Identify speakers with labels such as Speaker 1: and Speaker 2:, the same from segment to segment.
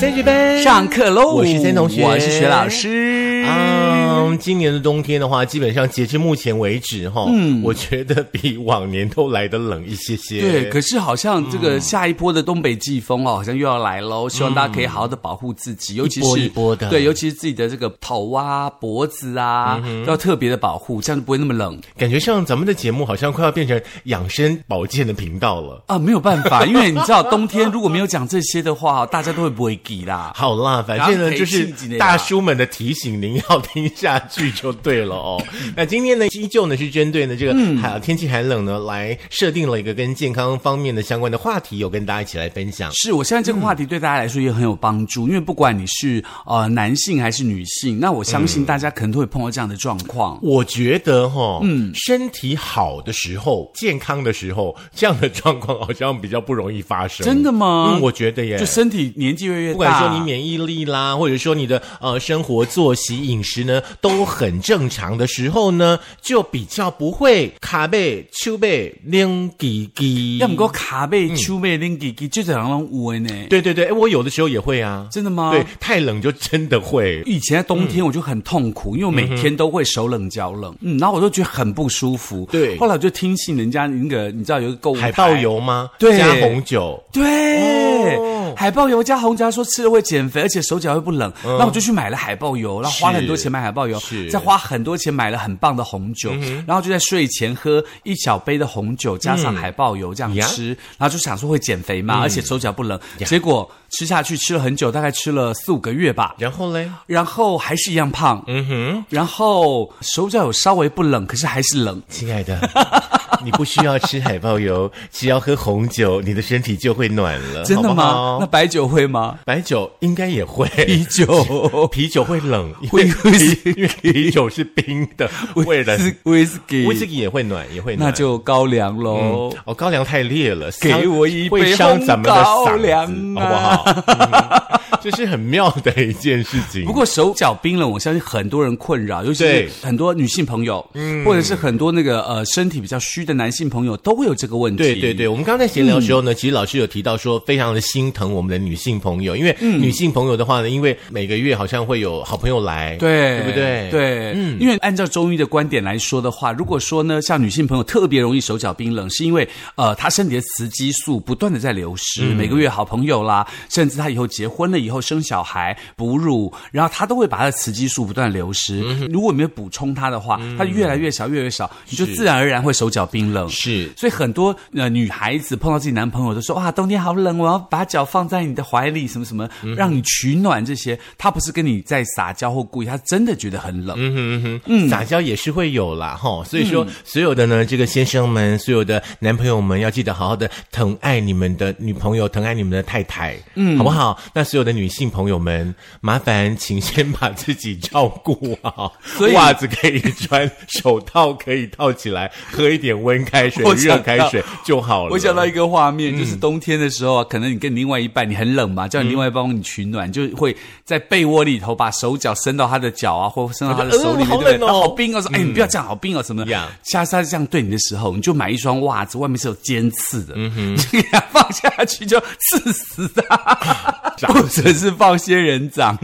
Speaker 1: 三学班
Speaker 2: 上课喽！
Speaker 1: 我是森同学
Speaker 2: 我是学老师。
Speaker 1: 嗯，今年的冬天的话，基本上截至目前为止，哈，嗯，我觉得比往年都来的冷一些些。
Speaker 2: 对，可是好像这
Speaker 1: 嗯
Speaker 2: 个下一波的东北季风哦，好像又要来喽。希望大家可以好好的保护自己，尤其是
Speaker 1: 一波一波的嗯
Speaker 2: 对，尤其是自己的这个头啊、脖子啊，都要特别的保护，这样就不会那么冷
Speaker 1: 感觉上咱们的节目好像快要变成养生保健的频道了。
Speaker 2: 啊。没有办法， 因为你知道冬天如果没有讲这些的话，大家都会不会给啦。
Speaker 1: 好啦，反正
Speaker 2: 然后
Speaker 1: 呢，
Speaker 2: 可以
Speaker 1: 就是
Speaker 2: 晋级的呀
Speaker 1: 大叔们的提醒，您要听下去就对了 哦。那今天呢，依旧呢是针对呢这个
Speaker 2: 嗯
Speaker 1: 寒天气寒冷呢，来设定了一个跟健康方面的相关的话题，有跟大家一起来分享。
Speaker 2: 是我相信这个话题对大家来说也很有帮
Speaker 1: 嗯
Speaker 2: 助，因为不管你是呃男性还是女性，那我相
Speaker 1: 嗯
Speaker 2: 信大家可能都会碰到这样的状况。
Speaker 1: 我觉得哈、嗯，身体好的时候、健康的时候，这样的状况好像比较不容易发生。
Speaker 2: 真的吗
Speaker 1: 嗯，我觉得耶
Speaker 2: 就。身体年纪越来越大，
Speaker 1: 不管说你免疫力啦，或者说你的呃生活作息、饮食呢都很正常的时候呢，就比较不会卡背、手背、拎鸡鸡。
Speaker 2: 要么够卡背、手背、拎几几，就是两种有的呢。
Speaker 1: 对对对，诶我有的时候也会啊。
Speaker 2: 真的吗？
Speaker 1: 嗯对，，太冷就真的会。
Speaker 2: 以前在冬天我就很痛
Speaker 1: 嗯
Speaker 2: 苦，因为我每天都会手冷脚冷，嗯，然后我就觉得很不舒服。
Speaker 1: 对
Speaker 2: 后来我就听信人家那个，你知道有一个购物
Speaker 1: 海豹
Speaker 2: 油，
Speaker 1: 油吗？
Speaker 2: 对
Speaker 1: 加红酒。
Speaker 2: 对，
Speaker 1: 哦
Speaker 2: 海豹油加红椒，说吃了会减肥，而且手脚会不冷。那我就去买了海豹油，然后花了很多钱买海豹油
Speaker 1: 是，
Speaker 2: 再花很多钱买了很棒的红酒，然后就在睡前喝一小杯的红酒，加上海豹油这样
Speaker 1: 呀
Speaker 2: 吃，然后就想说会减肥嘛，而且手脚不冷。结果吃下去吃了很久，大概吃了四五个月吧，
Speaker 1: 然后嘞，
Speaker 2: 然后还是一样胖。
Speaker 1: 嗯哼。
Speaker 2: 然后手脚有稍微不冷，可是还是冷。
Speaker 1: 亲爱的， 你不需要吃海豹油， 只要喝红酒，你的身体就会暖了，
Speaker 2: 真的吗？
Speaker 1: 好不
Speaker 2: 那
Speaker 1: 好
Speaker 2: 白酒会吗？
Speaker 1: 白酒应该也会，
Speaker 2: 啤酒
Speaker 1: 啤酒会冷，因
Speaker 2: 会
Speaker 1: 为
Speaker 2: 会是
Speaker 1: 啤因为啤酒是冰的，会冷。
Speaker 2: 威士忌，
Speaker 1: 威士忌也会暖，也会暖。
Speaker 2: 那就高粱喽。
Speaker 1: 哦，高粱太烈了，
Speaker 2: 给
Speaker 1: 伤
Speaker 2: 我一
Speaker 1: 会
Speaker 2: 杯
Speaker 1: 伤
Speaker 2: 红
Speaker 1: 咱们的
Speaker 2: 高
Speaker 1: 嗓子，
Speaker 2: 粱啊
Speaker 1: 好不好？嗯这是很妙的一件事情。
Speaker 2: 不过手脚冰冷，我相信很多人困扰，尤其是
Speaker 1: 对嗯
Speaker 2: 很多女性朋友，或者是很多那个呃身体比较虚的男性朋友，都会有这个问题。
Speaker 1: 对对对，我们刚才闲聊的时候呢，
Speaker 2: 嗯
Speaker 1: 其实老师有提到说，非常的心疼我们的女性朋友，因为
Speaker 2: 嗯
Speaker 1: 女性朋友的话呢，因为每个月好像会有好朋友来，
Speaker 2: 对，
Speaker 1: 对不对？
Speaker 2: 对，嗯，因为按照中医的观点来说的话，如果说呢，像女性朋友特别容易手脚冰冷，是因为呃，她身体的雌激素不断的在流失，每个月好朋友啦，甚至她以后结婚了以后生小孩、哺乳，然后她都会把她的雌激素不断流失。如果没有补充它的话，它越来越少，越来越少，你就自然而然会手脚冰冷。
Speaker 1: 是
Speaker 2: 所以很多呃女孩子碰到自己男朋友都说哇，冬天好冷，我要把脚放在你的怀里，什么什么，让你取暖这些。他不是跟你在撒娇或故意，他真的觉得很冷。
Speaker 1: 嗯哼，撒娇也是会有啦，哈。所以
Speaker 2: 嗯
Speaker 1: 说，所有的呢，这个先生们，所有的男朋友们，要记得好好的疼爱你们的女朋友，疼爱你们的太太，嗯，好不好？那所有的女性朋友们，麻烦请先把自己照顾好
Speaker 2: 所，以
Speaker 1: 袜子可以穿，手套可以套起来，喝一点温开水
Speaker 2: 我、想
Speaker 1: 热
Speaker 2: 到
Speaker 1: 开水就好了。
Speaker 2: 我想到一个画面，就是冬天的时候啊，可能你跟你另外一半，你很冷嘛，叫你另外一半帮你取暖，就会在被窝里头把手脚伸到他的脚啊，或伸到他的手里面，
Speaker 1: 我
Speaker 2: 对不对？
Speaker 1: 觉得呃好冷哦
Speaker 2: 他好冰哦，说哎，你不要这样，好冰哦，什么的
Speaker 1: 呀。
Speaker 2: 下次他这样对你的时候，你就买一双袜子，外面是有尖刺的，你就给他放下去，就刺死他，或者是放仙人掌。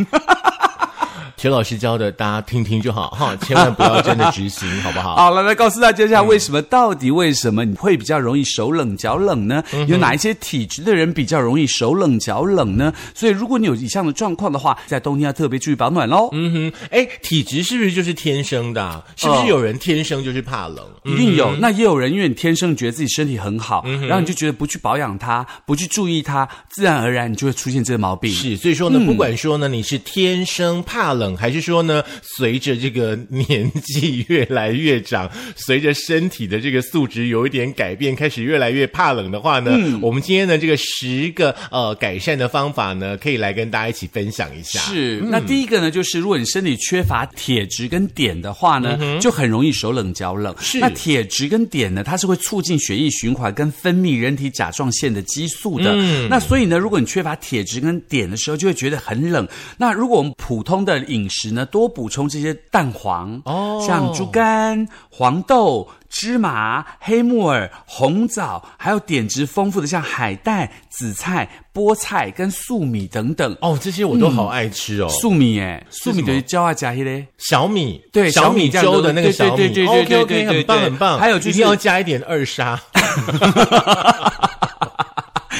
Speaker 1: 学老师教的，大家听听就好 哈，千万不要真的执行，好不好？
Speaker 2: 好了，来告诉大家一下，为什么、到底为什么你会比较容易手冷脚冷呢？
Speaker 1: 嗯
Speaker 2: 有哪一些体质的人比较容易手冷脚冷呢？所以如果你有以上的状况的话，在冬天要特别注意保暖哦喽。
Speaker 1: 嗯哼，哎，体质是不是就是天生的啊、是不
Speaker 2: 哦嗯
Speaker 1: 是有人天生就是怕冷？
Speaker 2: 一定有，那也有人因为你天生觉得自己身体很好，
Speaker 1: 嗯
Speaker 2: 然后你就觉得不去保养它，不去注意它，自然而然你就会出现这个毛病。
Speaker 1: 是，所以说
Speaker 2: 嗯
Speaker 1: 呢，不管说呢，你是天生怕冷，还是说呢，随着这个年纪越来越长， 随着身体的这个素质有一点改变，开始越来越怕冷的话呢，
Speaker 2: 嗯
Speaker 1: 我们今天的这个十个呃改善的方法呢，可以来跟大家一起分享一下。嗯
Speaker 2: 是，那第一个呢，就是如果你身体缺乏铁质跟碘的话呢，就很容易手冷脚冷。
Speaker 1: 嗯是
Speaker 2: 那铁质跟碘呢，它是会促进血液循环跟分泌人体甲状腺的激素的。
Speaker 1: 嗯
Speaker 2: 那所以呢，如果你缺乏铁质跟碘的时候，就会觉得很冷。那如果我们普通的饮饮食呢多补充这些蛋黄
Speaker 1: 哦
Speaker 2: 像猪肝、黄豆、芝麻、黑木耳、红枣，还有点质丰富的像海带、紫菜、菠菜跟粟米等等。
Speaker 1: 哦，这些我都
Speaker 2: 嗯
Speaker 1: 好爱吃哦。
Speaker 2: 粟米哎，粟米
Speaker 1: 什么
Speaker 2: 就是焦啊加黑 嘞。
Speaker 1: 小米，
Speaker 2: 对
Speaker 1: 小
Speaker 2: 小米
Speaker 1: 米
Speaker 2: 酱
Speaker 1: 粥的那
Speaker 2: 对
Speaker 1: 个
Speaker 2: 对
Speaker 1: 小米，
Speaker 2: 对对对
Speaker 1: o k
Speaker 2: 对
Speaker 1: OK，
Speaker 2: 对
Speaker 1: 很棒
Speaker 2: 对
Speaker 1: 很棒。
Speaker 2: 还有就是
Speaker 1: 一定要加一点二啊沙，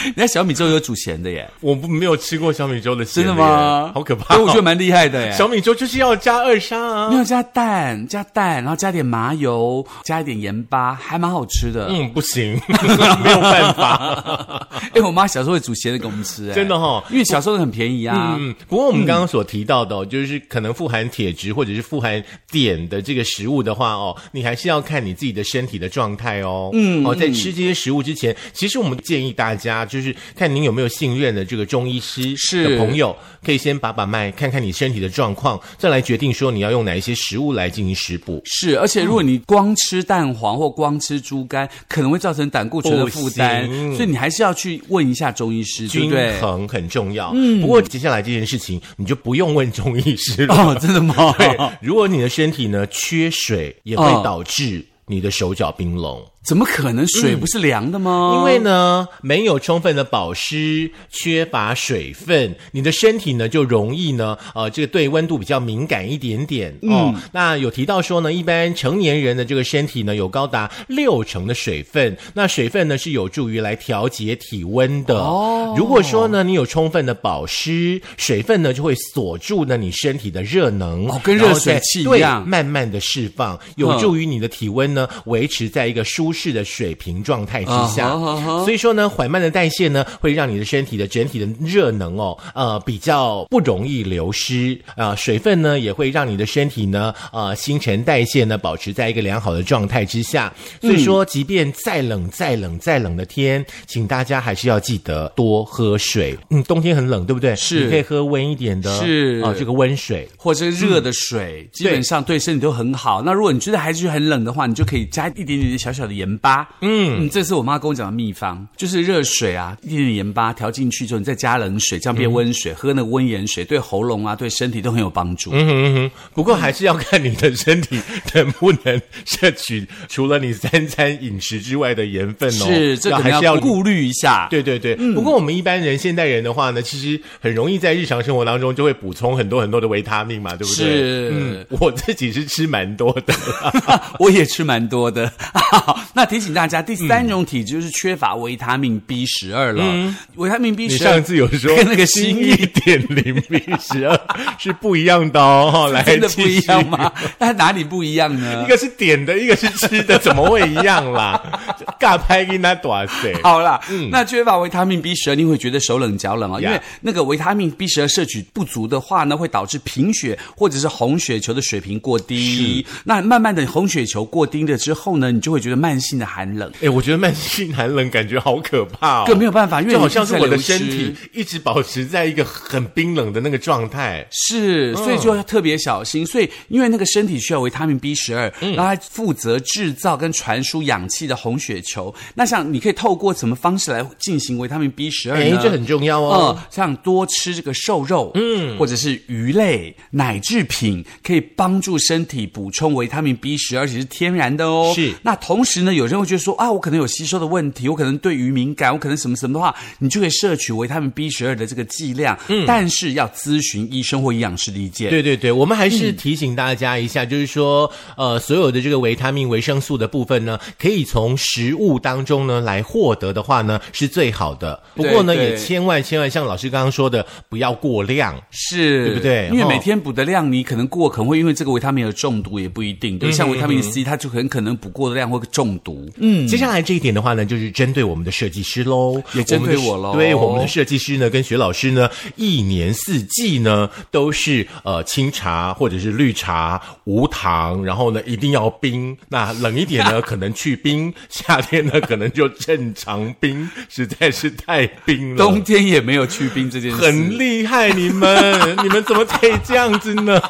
Speaker 2: 人家小米粥有煮咸的 耶，
Speaker 1: 我不没有吃过小米粥的咸
Speaker 2: 真的
Speaker 1: 耶
Speaker 2: 吗？哎
Speaker 1: 好可怕
Speaker 2: 对，我觉得
Speaker 1: 哦！
Speaker 2: 蛮厉害的耶。
Speaker 1: 小米粥就是要加二沙
Speaker 2: 没
Speaker 1: 啊。
Speaker 2: 有加蛋，加蛋，然后加点麻油，加一点盐巴，还蛮好吃的。
Speaker 1: 嗯，不行， 没有 办法。
Speaker 2: 哎、我妈小时候会煮咸的给我们吃、哎
Speaker 1: 真的哦
Speaker 2: 因为小时候很便宜啊。
Speaker 1: 嗯，不过我们刚刚所提到的、哦，就是可能富含铁质或者是富含碘的这个食物的话哦，你还是要看你自己的身体的状态哦。嗯，哦，在吃这些食物之前，其实我们建议大家就是看您有没有信任的这个中医师
Speaker 2: 是
Speaker 1: 的朋友，可以先把把脉，看看你身体的状况，再来决定说你要用哪一些食物来进行食补。
Speaker 2: 是，而且如果你光吃蛋黄或光吃猪肝，可能会造成胆固醇的负担
Speaker 1: 不，哦行
Speaker 2: 所以你还是要去问一下中医师，对
Speaker 1: 均
Speaker 2: 不对？
Speaker 1: 衡很重要，嗯。不过接下来这件事情，你就不用问中医师了。
Speaker 2: 哦，真的吗？
Speaker 1: 对，如果你的身体呢缺水，也会
Speaker 2: 哦
Speaker 1: 导致你的手脚冰冷。
Speaker 2: 怎么可能？水不是凉的吗？
Speaker 1: 嗯因为
Speaker 2: 哦
Speaker 1: 呢，没有充分的保湿，缺乏水分，你的身体呢就容易呢，呃，这个对温度比较敏感一点点
Speaker 2: 嗯
Speaker 1: 哦。那有提到说呢，一般成年人的这个身体呢，有高达六成的水分，那水分呢是有助于来调节体温的。
Speaker 2: 哦
Speaker 1: 如果说呢，你有充分的保湿，水分呢就会锁住呢你身体的热能，
Speaker 2: 哦跟
Speaker 1: 然后
Speaker 2: 热水
Speaker 1: 再
Speaker 2: 器一
Speaker 1: 对
Speaker 2: 样
Speaker 1: 慢慢的释放，有
Speaker 2: 嗯
Speaker 1: 助于你的体温呢维持在一个舒适的水平状态之下
Speaker 2: 啊哈啊。哈
Speaker 1: 所以说呢，缓慢的代谢呢，会让你的身体的整体的热能哦，呃，比较不容易流失啊、呃水分呢，也会让你的身体呢，呃，新陈代谢呢，保持在一个良好的状态之下。所以说，即便再冷、再冷、再冷的天，请大家还是要记得多喝水。嗯，冬天很冷，对不对？
Speaker 2: 是
Speaker 1: 你可以喝温一点的，
Speaker 2: 是
Speaker 1: 啊、这个温水。
Speaker 2: 或者是
Speaker 1: 嗯
Speaker 2: 热的水，基本上对身体都很好。那如果你觉得还是很冷的话，你就可以加一点点小小的盐巴。嗯这是我妈跟我讲的秘方，就是热水啊，一点点盐巴调进去之后，你再加冷水，这样变温水，喝那个温盐水对喉咙啊、对身体都很有帮助。
Speaker 1: 嗯哼嗯哼，不过还是要看你的身 体能不能摄取除了你三餐饮食之外的盐分哦。
Speaker 2: 是，这
Speaker 1: 要
Speaker 2: 可
Speaker 1: 还
Speaker 2: 能
Speaker 1: 是
Speaker 2: 要
Speaker 1: 要
Speaker 2: 顾嗯虑一下。
Speaker 1: 对对对，不过我们一般人现代人的话呢，其实很容易在日常生活当中就会补充很多很多的维他命嘛，对不对？
Speaker 2: 是
Speaker 1: 嗯，我自己是吃蛮多的。
Speaker 2: 我也吃蛮多的。 那提醒大家，第三种体质就是缺乏维他命 B 十二了。维他命 B
Speaker 1: 嗯你
Speaker 2: 十
Speaker 1: 上
Speaker 2: 二
Speaker 1: 次有说
Speaker 2: 跟那个
Speaker 1: 新
Speaker 2: 新
Speaker 1: 一点零 B 十二 是不一样的哦，来
Speaker 2: 真的不
Speaker 1: 继
Speaker 2: 一
Speaker 1: 续
Speaker 2: 样吗？ 那哪里不一样呢
Speaker 1: 一？个是点的，一个是吃的，怎么会一样啦？ 尬拍给那短谁？
Speaker 2: 好啦，那缺乏维他命 B 十二，你会觉得手冷脚冷啊、因为
Speaker 1: 嗯呀
Speaker 2: 那个维他命 B 十二摄取不足的话呢，会导致贫血或者是红血球的水平过低。那慢慢的红血球过低了之后呢，你就会觉得慢性的寒冷。
Speaker 1: 哎、我觉得慢性寒冷感觉好可怕哦，
Speaker 2: 更没有办法因为
Speaker 1: 就好
Speaker 2: 你
Speaker 1: 像
Speaker 2: 一
Speaker 1: 是
Speaker 2: 直在
Speaker 1: 我的
Speaker 2: 流
Speaker 1: 身
Speaker 2: 失
Speaker 1: 体一直保持在一个很冰冷的那个状态。嗯
Speaker 2: 是，所以就要特别小心。所以，因为那个身体需要维他命 B 十二，
Speaker 1: 嗯
Speaker 2: 然后它负责制造跟传输氧气的红血球。那像你可以透过什么方式来进行维他命 B 十二
Speaker 1: 哎
Speaker 2: 呢？，
Speaker 1: 这很重要哦。
Speaker 2: 嗯，像多吃这个瘦肉，嗯，或者是鱼类、奶制品，可以帮助身体补充维他命 B 十，而且是天然的哦。
Speaker 1: 是
Speaker 2: 那同时呢，有人会觉得说啊，我可能有吸收的问题，我可能对鱼敏感，我可能什么什么的话，你就可以摄取维他命 B 十二的这个剂量，嗯，但是要咨询医生或营养师的意见。
Speaker 1: 对对对，我们还
Speaker 2: 嗯
Speaker 1: 是提醒大家一下，就是说，呃，所有的这个维他命、维生素的部分呢，可以从食物当中呢来获得的话呢，是最好的。不过呢，
Speaker 2: 对对
Speaker 1: 也千万千万像老师刚刚说的，不要过量。
Speaker 2: 是，
Speaker 1: 对不对
Speaker 2: 因为
Speaker 1: 哦
Speaker 2: 每天补的量，你可能过，可能会因为这个维他命而中毒，也不一定。对，像维他命 C，它就很可能补过的量会中毒。
Speaker 1: 嗯，接下来这一点的话呢，就是针对我们的设计师喽，
Speaker 2: 也针对
Speaker 1: 们的
Speaker 2: 我喽
Speaker 1: 对，我们的设计师呢，跟徐老师呢，一年四季呢都是呃清茶或者是绿茶无糖，然后呢一定要冰。那冷一点呢，可能去冰；夏天呢，可能就正常冰，实在是太冰了。
Speaker 2: 冬天也没有去冰这件事，
Speaker 1: 很厉害，你们你们怎么可以这样 子呢？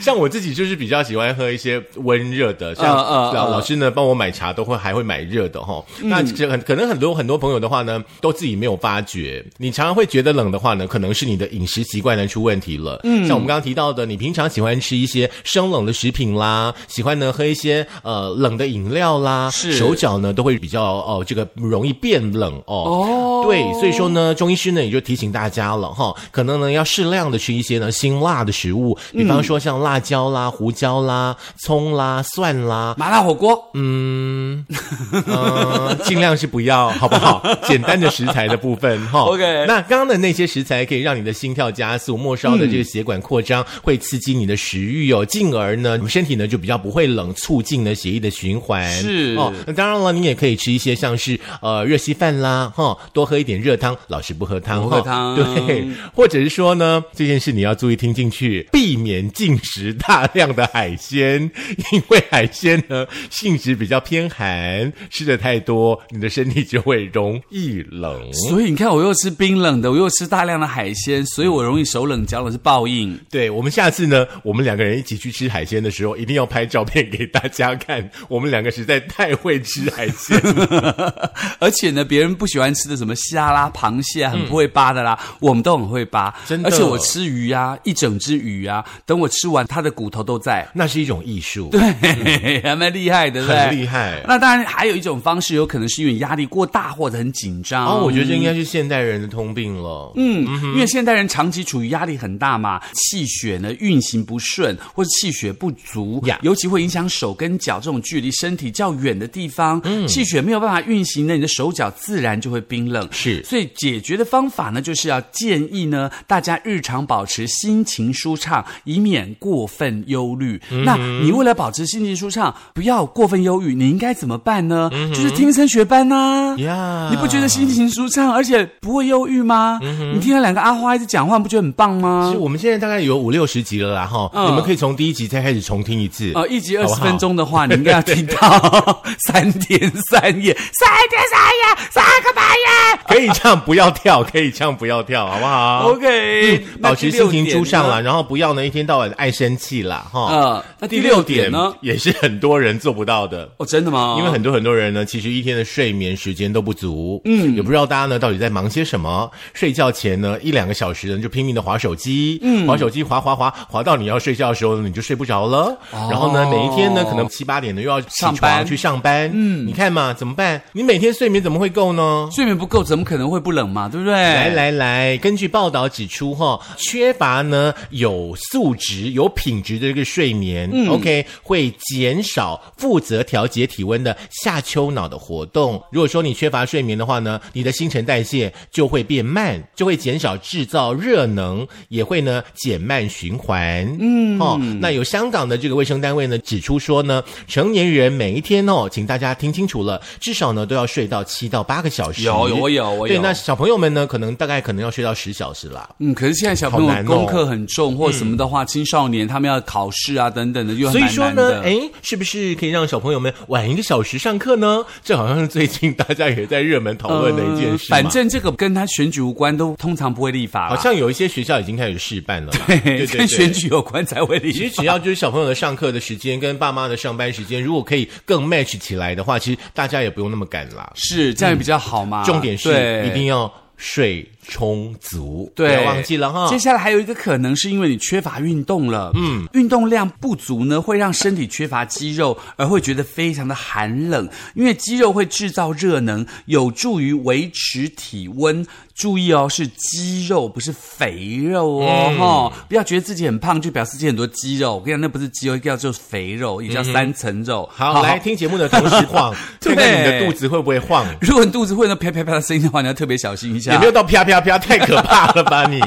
Speaker 1: 像我自己就是比较喜欢喝一些温热的，像
Speaker 2: 嗯嗯嗯
Speaker 1: 老老师呢帮我买茶都会还会买热的哈、那这很可能很多很多朋友的话呢，都自己没有发觉。你常常会觉得冷的话呢，可能是你的饮食习惯呢出问题了。嗯，像我们刚刚提到的，你平常喜欢吃一些生冷的食品啦，喜欢呢喝一些呃冷的饮料啦，
Speaker 2: 是
Speaker 1: 手脚呢都会比较哦、这个容易变冷哦。
Speaker 2: 哦
Speaker 1: 对，所以说呢，中医师呢也就提醒大家了哈，可能呢要适量的吃一些呢辛辣的食物，比方说像辣椒啦、胡椒啦、葱啦、蒜啦，
Speaker 2: 麻辣火锅，
Speaker 1: 嗯，尽量是不要，好不好？简单的食材的部分哈。
Speaker 2: OK
Speaker 1: 那刚刚的那些食材可以让你的心跳加速，末梢的这个血管扩张，会刺激你的食欲哦，进而呢，你身体呢就比较不会冷，促进呢血液的循环。
Speaker 2: 是
Speaker 1: 哦，那当然了，你也可以吃一些像是呃热稀饭啦，哈、多喝一点热汤。老师不喝汤，
Speaker 2: 不喝
Speaker 1: 哈
Speaker 2: 汤
Speaker 1: 对， 或者是说呢，这件事你要注意听进去，避免进食大量的海鲜， 因为海鲜呢性质比较偏寒，吃的太多，你的身体就会容易冷。
Speaker 2: 所以你看，我又吃冰冷的，我又吃大量的海
Speaker 1: 嗯
Speaker 2: 鲜，所以我容易手冷脚冷是报 应。
Speaker 1: 对，我们下次呢，我们两个人一起去吃海鲜的时候，一定要拍照片给大家看。我们两个实在太会吃海 鲜了，
Speaker 2: 而且呢，别人不喜欢吃的什么虾啦、螃蟹啊，很不会扒的啦，我们都很会扒。
Speaker 1: 嗯真的
Speaker 2: 而且我吃鱼啊，一整只鱼啊，等我吃完，它的骨头都在。
Speaker 1: 那是一种艺术。
Speaker 2: 对，还蛮厉害的，对不对？
Speaker 1: 很厉害
Speaker 2: 那当然，还有一种方式，有可能是因为压力过大或者很紧张。
Speaker 1: 哦，我觉得这应该是现代人的通病了。
Speaker 2: 嗯，因为现代人长期处于压力很大嘛，气血呢运行不顺，或是气血不足
Speaker 1: 呀
Speaker 2: 尤其会影响手跟脚这种距离身体较远的地方，
Speaker 1: 嗯
Speaker 2: 气血没有办法运行呢，你的手脚自然就会冰冷。
Speaker 1: 是
Speaker 2: 所以解决的方法呢，就是要建议呢大家日常保持心情舒畅，以免过分忧虑。
Speaker 1: 嗯
Speaker 2: 那你为了保持心情舒畅，不要过分忧郁，你应该怎么办呢？
Speaker 1: 嗯
Speaker 2: 就是听升学班呐、
Speaker 1: 呀
Speaker 2: 你不觉得心情舒畅，而且不会忧郁吗？
Speaker 1: 嗯
Speaker 2: 你听到两个阿花一直讲话，不觉得很棒
Speaker 1: 其
Speaker 2: 吗
Speaker 1: 实？我们现在大概有五六十集了啦，哈、
Speaker 2: 嗯
Speaker 1: 你们可以从第一集再开始重听一次。
Speaker 2: 呃，一集二
Speaker 1: 好
Speaker 2: 十
Speaker 1: 不好
Speaker 2: 分钟的话，你应该要听到三天三夜，三天三夜，三个半夜。
Speaker 1: 可以唱不要跳， 可以唱不要跳，好不好嗯
Speaker 2: OK，、那
Speaker 1: 保持
Speaker 2: 第六
Speaker 1: 心情
Speaker 2: 点
Speaker 1: 舒畅
Speaker 2: 呢
Speaker 1: 啦，然后不要呢一天到晚爱生气啦，哈。
Speaker 2: 呃那第六点呢
Speaker 1: 也是很多人做不到的。
Speaker 2: 哦，真的吗？
Speaker 1: 因为很多很多人呢，其实一天的睡眠时间都不足，啊嗯，也不知道大家呢到底在忙些什么。睡觉前呢，一两个小时呢就拼命的划手机，嗯，划手机划划划划到你要睡觉的时候呢，你就睡不着了。然后呢，每一天呢可能七八点呢又要起
Speaker 2: 上
Speaker 1: 床
Speaker 2: 班
Speaker 1: 去哦上班，嗯，你看嘛，怎么办？你每天睡眠怎么会够呢？
Speaker 2: 睡眠不够，怎么可能会不冷嘛？对不对？
Speaker 1: 来来来，根据报道指出，哈，缺乏呢有素质、有品质的这个睡眠、o k 会减少负责调节体温的下丘脑的活动。如果说你缺乏睡眠的话呢，你的新陈代谢就会变慢，就会减少制造热能，也会呢减慢循环。嗯，哦，那有香港的这个卫生单位呢指出说呢，成年人每一天哦，请大家听清楚了，至少呢都要睡到七到八个小时。
Speaker 2: 有有我有我
Speaker 1: 对，
Speaker 2: 有
Speaker 1: 那小朋友们呢，可能大概可能要睡到十小时啦。
Speaker 2: 嗯，可是现在小朋
Speaker 1: 好难
Speaker 2: 友
Speaker 1: 哦嗯
Speaker 2: 功课很重，或者什么的话，青少年他们要考试啊等等的，又很
Speaker 1: 所以
Speaker 2: 蛮
Speaker 1: 说
Speaker 2: 难
Speaker 1: 呢，
Speaker 2: 的。
Speaker 1: 哎，是不是可以让小朋友们晚一个小时上课呢？这好像是最近大家也在热门讨论的一件事嘛、
Speaker 2: 呃反正这个跟他选举无关，都通常不会立法啦。
Speaker 1: 好像有一些学校已经开始 试办了啦。对对对
Speaker 2: 跟选举有关才会立
Speaker 1: 其实
Speaker 2: 法。
Speaker 1: 只要就是小朋友的上课的时间跟爸妈的上班时间，如果可以更 match 起来的话，其实大家也不用那么赶啦。
Speaker 2: 是这样比较好嘛？
Speaker 1: 重点是
Speaker 2: 啊对
Speaker 1: 一定要睡充足，
Speaker 2: 对，
Speaker 1: 不要忘记了哈。
Speaker 2: 接下来还有一个可能是因为你缺乏运动了，嗯，运动量不足呢，会让身体缺乏肌肉，而会觉得非常的寒冷，因为肌肉会制造热能，有助于维持体温。注意哦，是肌肉，不是肥肉
Speaker 1: 嗯
Speaker 2: 哦，哈、不要觉得自己很胖就表示自己很多肌肉。我跟你讲，那不是肌肉，叫做肥肉，也叫三层肉。
Speaker 1: 嗯好，来听节目的同时 晃，看
Speaker 2: 对啊
Speaker 1: 看你的肚子会不 会晃。
Speaker 2: 如果你肚子会那啪啪啪的声音的话，你要特别小心一下。
Speaker 1: 也没有到啪啪啪，太可怕了吧你！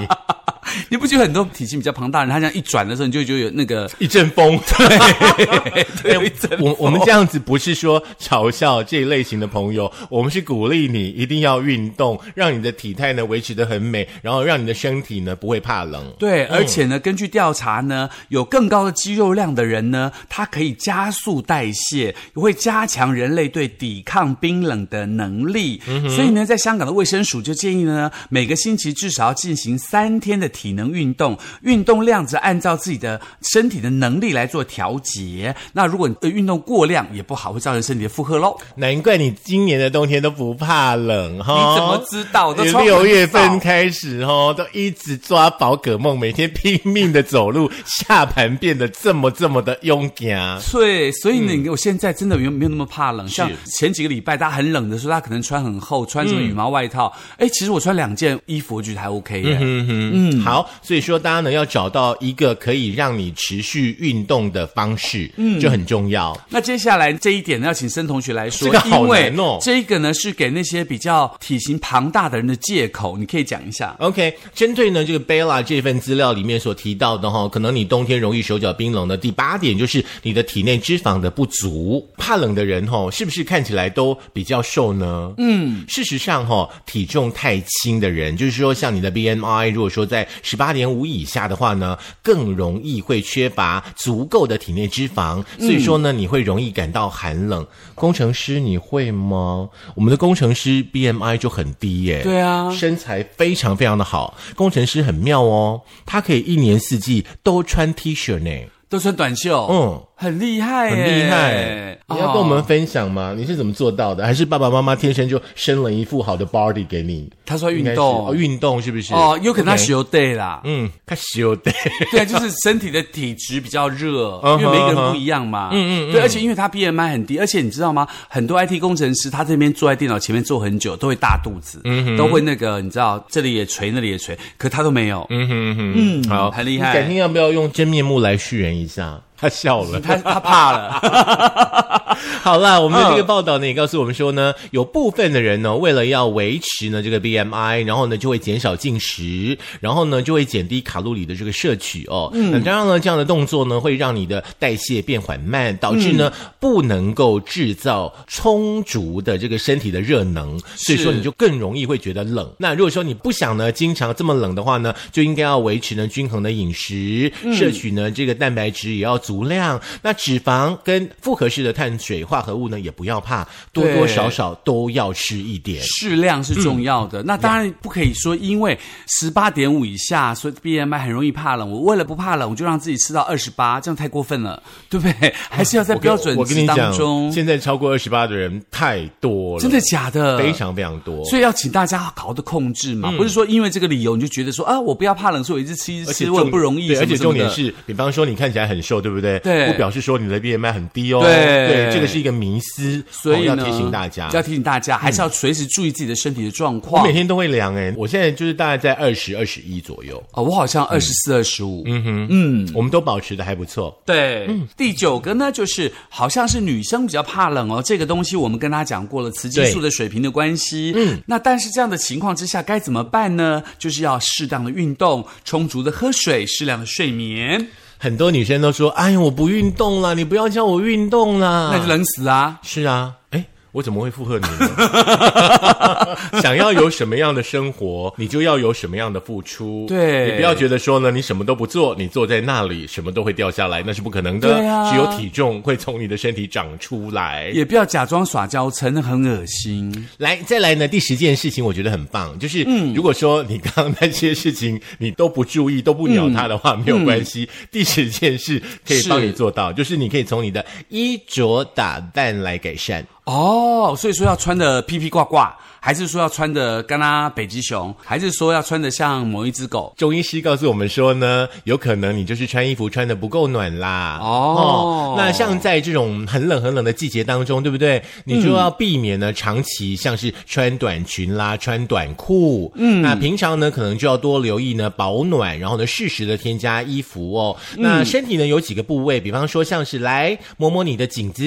Speaker 2: 你不觉得很多体型比较庞大的人，他这样一转的时候，你就会觉得有那个
Speaker 1: 一阵风，对
Speaker 2: 对一阵
Speaker 1: 我我们这样子不是说嘲笑这一类型的朋友，我们是鼓励你一定要运动，让你的体态呢维持的很美，然后让你的身体呢不会怕冷。
Speaker 2: 对，而且呢，根据调查呢，有更高的肌肉量的人呢，他可以加速代谢，也会加强人类对抵抗冰冷的能力。所以呢，在香港的卫生署就建议呢，每个星期至少要进行三天的体能运动，运动量则按照自己的身体的能力来做调节。那如果你呃运动过量也不好，会造成身体的负荷喽。
Speaker 1: 难怪你今年的冬天都不怕冷哈。
Speaker 2: 你怎么知道都从
Speaker 1: 六月份
Speaker 2: 很早
Speaker 1: 开始哦，都一直抓宝可梦，每天拼命的走路， 下盘变得这么这么的勇敢。
Speaker 2: 对，所以呢，
Speaker 1: 嗯
Speaker 2: 你我现在真的没有没有那么怕冷。像前几个礼拜大家很冷的时候，大家可能穿很厚，穿什么羽毛外套。哎、其实我穿两件衣服，我觉得还 OK 耶。
Speaker 1: 嗯，好，所以说大家呢要找到一个可以让你持续运动的方式，嗯，就很重要。
Speaker 2: 那接下来这一点呢，要请申同学来说，
Speaker 1: 这个好
Speaker 2: 因为
Speaker 1: 难哦
Speaker 2: 这个呢是给那些比较体型庞大的人的借口，你可以讲一下。
Speaker 1: OK，针对呢这个 Bella 这份资料里面所提到的哈、可能你冬天容易手脚冰冷的第八点就是你的体内脂肪的不足。怕冷的人哈、是不是看起来都比较瘦呢？嗯，事实上哈、体重太轻的人，就是说像你的 BMI 如果说在十八点五以下的话呢，更容易会缺乏足够的体内脂肪，所以说呢，你会容易感到寒冷。工程师你会吗？我们的工程师 BMI 就很低耶、
Speaker 2: 对啊
Speaker 1: 身材非常非常的好，工程师很妙哦，他可以一年四季都穿 T 恤呢，
Speaker 2: 都穿短袖，
Speaker 1: 嗯，
Speaker 2: 很厉害耶，
Speaker 1: 很厉害。你要跟我们
Speaker 2: 哦
Speaker 1: 分享吗？你是怎么做到的？还是爸爸妈妈天生就生了一副好的 body 给你？
Speaker 2: 他说运动
Speaker 1: 应该是哦，运动是不是？
Speaker 2: 哦，有可能他
Speaker 1: OK
Speaker 2: 学 day 啦。
Speaker 1: 嗯，他修的，
Speaker 2: 对啊，就是身体的体质比较热，
Speaker 1: 嗯
Speaker 2: 因为
Speaker 1: 哼
Speaker 2: 每个人不一样嘛。嗯嗯。对，而且因为他 BMI 很低，而且你知道吗？很多 IT 工程师他这边坐在电脑前面坐很久，都会大肚子，
Speaker 1: 嗯
Speaker 2: 都会那个你知道这里也垂那里也垂，可他都没有。嗯嗯嗯，
Speaker 1: 好，
Speaker 2: 很厉
Speaker 1: 你改天
Speaker 2: 害。
Speaker 1: 要不要用真面目来续人一下？他笑了。
Speaker 2: 他他怕了，
Speaker 1: 好啦，我们的这个报道呢，也告诉我们说呢，有部分的人呢，为了要维持呢这个 BMI，然后呢就会减少进食，然后呢就会减低卡路里的这个摄取哦。嗯，当然呢，这样的动作呢，会让你的代谢变缓慢，导致呢、不能够制造充足的这个身体的热能，所以说
Speaker 2: 是
Speaker 1: 你就更容易会觉得冷。那如果说你不想呢经常这么冷的话呢，就应该要维持呢均衡的饮食，
Speaker 2: 嗯
Speaker 1: 摄取呢这个蛋白质也要足量，那脂肪跟复合式的碳水化合物呢也不要怕，多多
Speaker 2: 对
Speaker 1: 少少都要吃一点。
Speaker 2: 适量是重要
Speaker 1: 嗯
Speaker 2: 的。那当然不可以说，因为十八点五以下，所以 BMI 很容易怕冷。我为了不怕冷，我就让自己吃到二十八，这样太过分了，对不对？还是要在
Speaker 1: 我跟
Speaker 2: 标准
Speaker 1: 我跟
Speaker 2: 值
Speaker 1: 你
Speaker 2: 当
Speaker 1: 讲
Speaker 2: 中，。
Speaker 1: 现在超过二十八的人太多了，
Speaker 2: 真的假的？
Speaker 1: 非。常非常多。
Speaker 2: 所以要请大家好好的控制嘛，不是说因为这个理由你就觉得说啊，我不要怕冷，所以我一直吃一直
Speaker 1: 嗯而且
Speaker 2: 吃，我
Speaker 1: 重
Speaker 2: 很不容易。
Speaker 1: 对，而
Speaker 2: 什么
Speaker 1: 且
Speaker 2: 什么
Speaker 1: 重点
Speaker 2: 的，
Speaker 1: 是，比方说你看起来很瘦，对不对？
Speaker 2: 对
Speaker 1: 不表示说你的 BMI 很低哦。
Speaker 2: 对
Speaker 1: 这个是一个迷思，
Speaker 2: 所以
Speaker 1: 哦
Speaker 2: 呢，
Speaker 1: 要提醒大家。嗯
Speaker 2: 要提醒大家还是要随时注意自己的身体的状
Speaker 1: 我
Speaker 2: 况
Speaker 1: 每。天都会量欸诶、我现在就是大概在二十二十一左右，
Speaker 2: 哦，我好像二十四、二十五，
Speaker 1: 嗯，我们都保持的还不错。
Speaker 2: 对，第九个呢，就是好像是女生比较怕冷哦，这个东西我们跟大家讲过了，雌激素的水平的关系。嗯，那但是这样的情况之下该怎么办呢？就是要适当的运动，充足的喝水，适量的睡眠，
Speaker 1: 很多女生都说：“哎呀，我不运动啦，你不要叫我运动啦。”
Speaker 2: 那就冷死啊！
Speaker 1: 是啊，哎，我怎么会附和你呢？ 想要有什么样的生活，你就要有什么样的付出。
Speaker 2: 对
Speaker 1: 你不要觉得说呢，你什么都不做，你坐在那里什么都会掉下来，那是不可能的。
Speaker 2: 对啊
Speaker 1: 只有体重会从你的身体长出来。
Speaker 2: 也不要假装耍娇嗔，那很恶心。
Speaker 1: 来，再来呢，第十件事情我觉得很棒，就是、如果说你刚刚那些事情你都不注意、都不鸟它的话，没有关系。第十件事可以帮
Speaker 2: 是
Speaker 1: 你做到，就是你可以从你的衣着打扮来改善。
Speaker 2: 哦，所以说要穿的披披挂挂，还是说要穿的干啦北极熊，还是说要穿的像某一只狗？
Speaker 1: 中医师告诉我们说呢，有可能你就是穿衣服穿的不够暖啦。
Speaker 2: 哦
Speaker 1: 那像在这种很冷很冷的季节当中，对不对？你就要避免呢、长期像是穿短裙啦、穿短裤。嗯，那平常呢可能就要多留意呢保暖，然后呢适时的添加衣服哦。那身体呢有几个部位，比方说像是来摸摸你的颈子，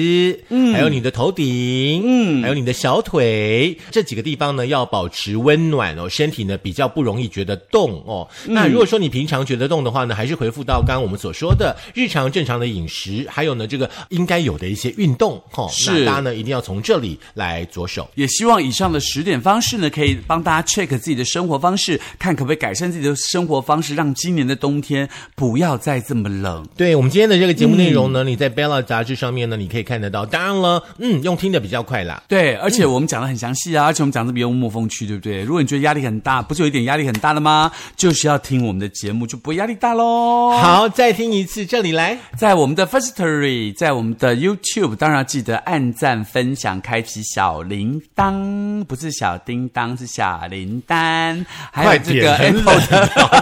Speaker 1: 嗯，还有你的头顶，嗯，还有你的小腿这几个地方呢要保持温暖哦，身体呢比较不容易觉得冻哦。那如果说你平常觉得冻的话呢，还是回复到刚刚我们所说的日常正常的饮食，还有呢这个应该有的一些运动哦。
Speaker 2: 是
Speaker 1: 那大家呢一定要从这里来着手。
Speaker 2: 也希望以上的十点方式呢，可以帮大家 check 自己的生活方式，看可不可以改善自己的生活方式，让今年的冬天不要再这么冷。
Speaker 1: 对我们今天的这个节目内容呢，你在 Bella 杂志上面呢，你可以看得到。当然了，嗯，用听的比较快啦。
Speaker 2: 对，而且我们讲的很详细啊，而且我们讲讲这么幽默风趣，对不对？如果你觉得压力很大，不是有一点压力很大的吗？就是要听我们的节目，就不会压力大喽。
Speaker 1: 好，再听一次，这里来。
Speaker 2: 在我们的 Firstory，在我们的 YouTube，当然要记得按赞、分享、开启小铃铛，不是小叮当，是小铃铛。还有这个
Speaker 1: 快点
Speaker 2: Apple 的，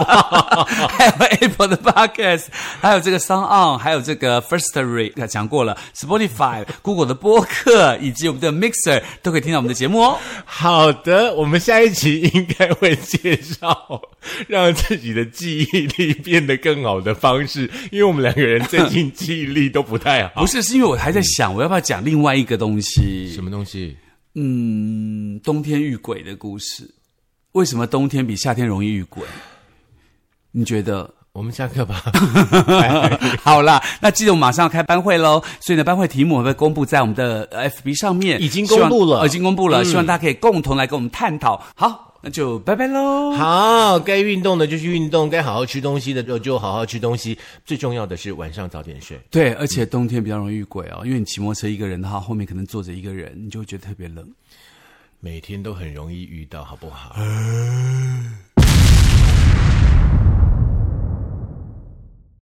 Speaker 2: 还有 Apple 的 Podcast，还有这个 Sound On，还有这个 Firstory，呃讲过了，Spotify、Google 的播客以及我们的 Mixer 都可以听到我们的节目哦。
Speaker 1: 好的，我们下一集应该会介绍让自己的记忆力变得更好的方式，因为我们两个人最近记忆力都不太 好。
Speaker 2: 不是，是因为我还在想，我要不要讲另外一个东西？
Speaker 1: 么东西？
Speaker 2: 嗯，冬天遇鬼的故事，为什么冬天比夏天容易遇鬼？你觉得？
Speaker 1: 我们下课吧。
Speaker 2: 好啦，那记得我们马上要开班会喽，所以呢，班会题目我们会公布在我们的呃 FB 上面，
Speaker 1: 已经公布
Speaker 2: 希望
Speaker 1: 了嗯
Speaker 2: 呃已经公布了，希望大家可以共同来跟我们探讨。好，那就拜拜喽。
Speaker 1: 好，该运动的就去运动，该好好吃东西的就就好好吃东西。最重要的是晚上早点睡。
Speaker 2: 对，而且冬天比较容易遇鬼哦，因为你骑摩托车一个人的话，后面可能坐着一个人，你就会觉得特别冷。
Speaker 1: 每天都很容易遇到，好不好？